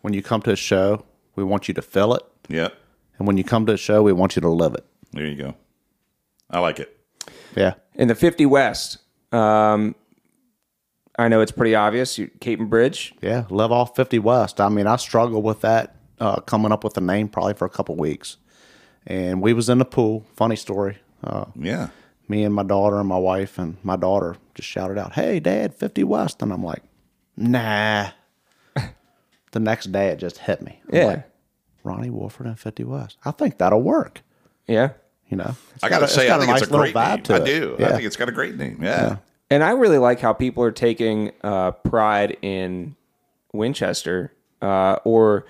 S3: When you come to a show, we want you to feel it,
S1: Yep.
S3: and when you come to a show, we want you to live it.
S1: There you go. I like it.
S3: Yeah,
S2: in the 50 West. Um, I know it's pretty obvious. You, Cape and Bridge.
S3: yeah. Live off 50 West. I mean, I struggled with that uh, coming up with a name probably for a couple weeks, and we was in the pool. Funny story. Uh,
S1: Yeah.
S3: me and my daughter and my wife and my daughter just shouted out, "Hey, Dad, 50 West!" And I'm like, "Nah." [laughs] the next day, it just hit me. I'm
S2: Yeah.
S3: like, Ronnie Wolford and 50 West. I think that'll work.
S2: Yeah.
S3: You know, It's
S1: I gotta
S3: got a-
S1: say,
S3: got
S1: I think it's a
S3: little
S1: great name. I do.
S3: Yeah.
S1: I think it's got a great name. Yeah.
S2: And I really like how people are taking uh, pride in Winchester uh, or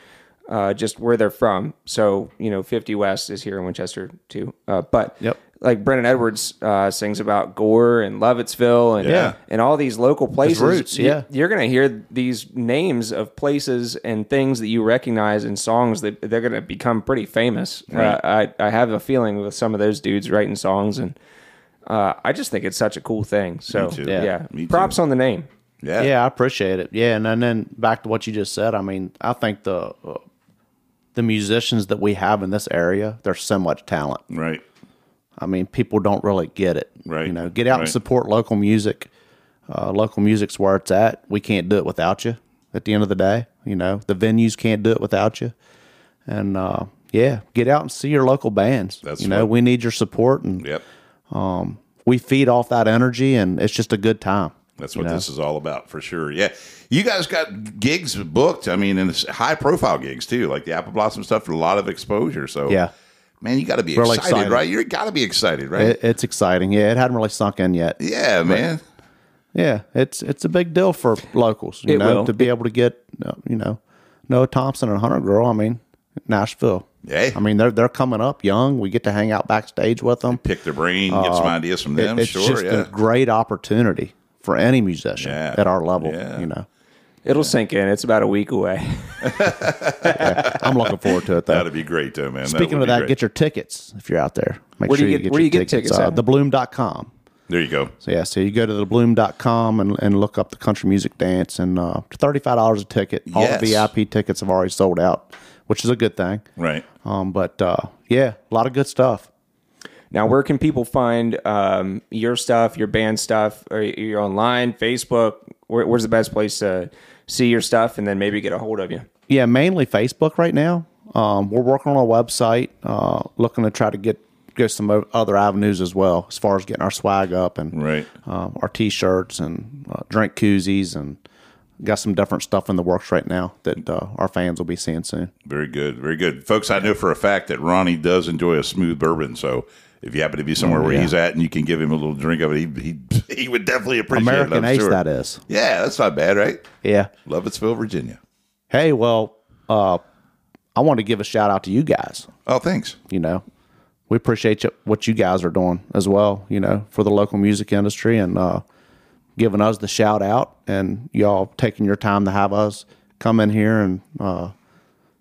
S2: uh, just where they're from. So, you know, 50 West is here in Winchester too. Uh, but
S3: Yep.
S2: like Brennan Edwards uh, sings about Gore and Lovettsville and,
S1: Yeah.
S2: and all these local places.
S3: roots,
S2: You-
S3: yeah.
S2: You're going to hear these names of places and things that you recognize in songs that they're going to become pretty famous. Uh, I, I have a feeling with some of those dudes writing songs and. Uh, I just think it's such a cool thing. So
S1: too.
S2: yeah,
S3: Yeah.
S1: Me too.
S2: props on the name.
S1: Yeah.
S3: yeah, I appreciate it. Yeah, and then, then back to what you just said. I mean, I think the uh, the musicians that we have in this area, there's so much talent.
S1: Right.
S3: I mean, people don't really get it.
S1: Right.
S3: You know, get out
S1: Right.
S3: and support local music. Uh, local music's where it's at. We can't do it without you. At the end of the day, you know, the venues can't do it without you. And uh, yeah, get out and see your local bands.
S1: That's
S3: you know,
S1: what-
S3: we need your support, and
S1: Yep.
S3: we feed off that energy, and it's just a good time.
S1: That's what this is all about for sure. Yeah. You guys got gigs booked. I mean, and it's high profile gigs too, like the Apple Blossom stuff, a lot of exposure. So,
S3: Yeah.
S1: Man, you got to be
S3: Really
S1: excited,
S3: excited.
S1: right? You got to be excited, right?
S3: It, it's exciting. Yeah, it hadn't really sunk in yet.
S1: yeah, man.
S3: Yeah, it's it's a big deal for locals, you
S2: It
S3: know,
S2: will.
S3: to be able to get uh, you know Noah Thompson and Hunter Girl. I mean, Nashville.
S1: Hey.
S3: I mean they're they're coming up young. We get to hang out backstage with them.
S1: Pick their brain, get some ideas from them.
S3: uh, it's
S1: sure.
S3: just
S1: yeah.
S3: a great opportunity for any musician
S1: Yeah.
S3: at our level.
S1: Yeah.
S3: You know,
S2: It'll sink in. It's about a week away. [laughs]
S3: I'm looking forward to it
S1: [laughs]
S3: though.
S1: That'd be great, though, man.
S3: Speaking
S1: would be
S3: of that,
S1: great.
S3: get your tickets if you're out there. Make
S2: Where do
S3: sure
S2: you get- where do
S3: your
S2: you get tickets
S3: Uh,
S2: at?
S3: thebloom.com.
S1: there you go.
S3: So yeah, so you go to thebloom.com and and look up the country music dance and uh, thirty five dollars a ticket. All
S1: Yes.
S3: the VIP tickets have already sold out, which is a good thing.
S1: Right.
S3: Um, but uh, yeah, a lot of good stuff.
S2: now, where can people find um, your stuff, your band stuff, or your online Facebook? Where, where's the best place to see your stuff and then maybe get a hold of you?
S3: Yeah, mainly Facebook right now. Um, we're working on a website, uh, looking to try to get go some o- other avenues as well, as far as getting our swag up and
S1: Right.
S3: um, our t-shirts and uh, drink koozies and got some different stuff in the works right now that uh, our fans will be seeing soon.
S1: Very good. Very good. Folks, I know for a fact that Ronnie does enjoy a smooth bourbon. So if you happen to be
S3: Oh,
S1: somewhere where he's at and you can give him a little drink of it, he, he, [laughs] he would definitely appreciate it.
S3: American
S1: I'm
S3: Ace,
S1: sure.
S3: that is.
S1: Yeah, that's not bad, right?
S3: Yeah.
S1: Lovettsville, Virginia.
S3: Hey, well, uh, I want to give a shout out to you guys.
S1: Oh, thanks.
S3: you know, we appreciate you, what you guys are doing as well, you know, for the local music industry and uh, giving us the shout out and y'all taking your time to have us come in here and, uh,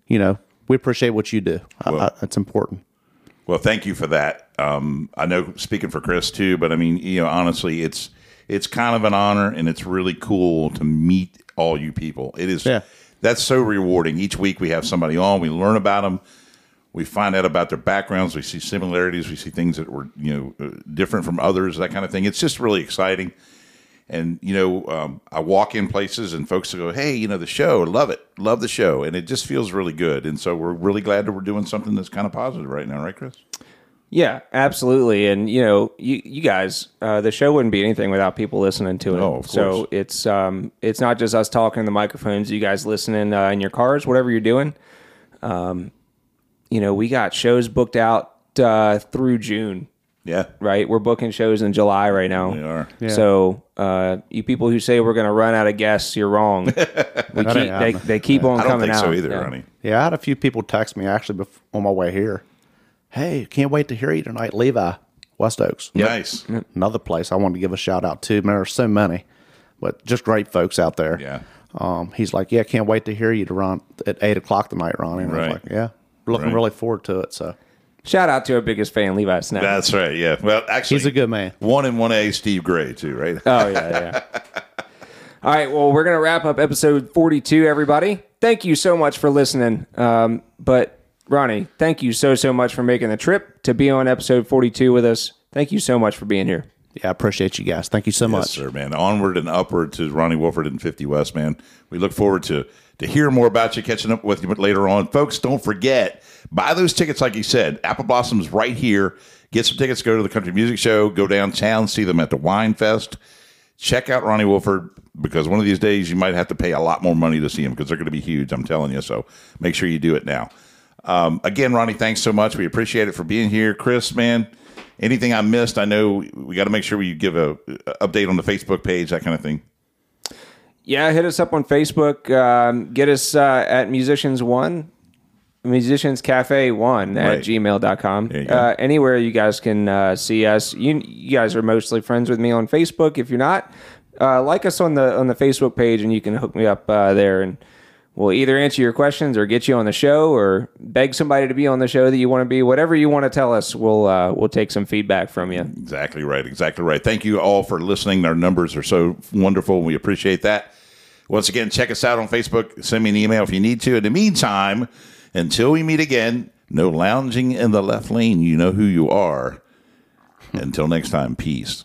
S3: you know, we appreciate what you do. I, I, it's important.
S1: Well, thank you for that. Um, I know speaking for Chris too, but I mean, you know, honestly, it's it's kind of an honor and it's really cool to meet all you people. It is
S3: Yeah.
S1: That's so rewarding. Each week we have somebody on, we learn about them, we find out about their backgrounds, we see similarities, we see things that were you know uh, different from others, that kind of thing. It's just really exciting. And you know, um, I walk in places and folks will go, "Hey, you know, the show, love it, love the show," and it just feels really good. And so we're really glad that we're doing something that's kind of positive right now, right, Chris?
S2: Yeah, absolutely. And you know, you you guys, uh, the show wouldn't be anything without people listening to it.
S1: No, Oh, of course.
S2: So it's um it's not just us talking in the microphones. You guys listening uh, in your cars, whatever you're doing. Um, you know, we got shows booked out uh, through June.
S1: Yeah,
S2: Right, we're booking shows in July right now.
S1: we are.
S2: So, uh, you people who say we're going to run out of guests,
S1: [laughs]
S2: you're wrong. We keep, they,
S3: happening.
S2: they keep on
S1: I don't
S2: coming
S1: think
S2: out.
S1: so either,
S2: Yeah.
S1: Ronnie.
S3: Yeah, I had a few people text me actually bef- on my way here. Hey, can't wait to hear you tonight, Levi, West Oaks.
S1: Nice.
S3: Another place I wanted to give a shout out to. Man, there's so many, but just great folks out there.
S1: Yeah.
S3: Um, he's like, yeah, can't wait to hear you to Ron at eight o'clock tonight, Ronnie. And I
S1: Right.
S3: was like, yeah, looking
S1: Right.
S3: really forward to it. So
S2: Shout out to our biggest fan, Levi Snap.
S1: That's right. Yeah. Well, actually,
S3: he's a good man.
S1: one and one A Steve Gray too, right?
S2: [laughs] Oh yeah, yeah. All right, well, we're gonna wrap up episode forty-two, everybody. Thank you so much for listening. Um, but Ronnie, thank you so so much for making the trip to be on episode forty-two with us. Thank you so much for being here.
S3: Yeah, I appreciate you guys. Thank you so
S1: yes,
S3: much.
S1: sir, man. Onward and upward to Ronnie Wolford and Fifty West, man. We look forward to to hear more about you, catching up with you later on, folks. Don't forget, buy those tickets, like you said. Apple Blossoms right here. Get some tickets. Go to the country music show. Go downtown. See them at the Wine Fest. Check out Ronnie Wolford because one of these days you might have to pay a lot more money to see him because they're going to be huge. I'm telling you. So make sure you do it now. Um, again, Ronnie, thanks so much. We appreciate it for being here. Chris, man, anything I missed? I know we got to make sure we give a, a update on the Facebook page, that kind of thing.
S2: Yeah, hit us up on Facebook. Um, get us uh, at musicians one, musicians cafe one
S1: Right.
S2: at gmail.com.
S1: you go.
S2: Uh, anywhere you guys can uh, see us. You, you guys are mostly friends with me on Facebook. If you're not, uh, like us on the on the Facebook page, and you can hook me up uh, there, and we'll either answer your questions or get you on the show, or beg somebody to be on the show that you want to be. Whatever you want to tell us, we'll uh, we'll take some feedback from you.
S1: Exactly right. Exactly right. Thank you all for listening. Our numbers are so wonderful. We appreciate that. Once again, check us out on Facebook. Send me an email if you need to. In the meantime, until we meet again, no lounging in the left lane. You know who you are. Until next time, peace.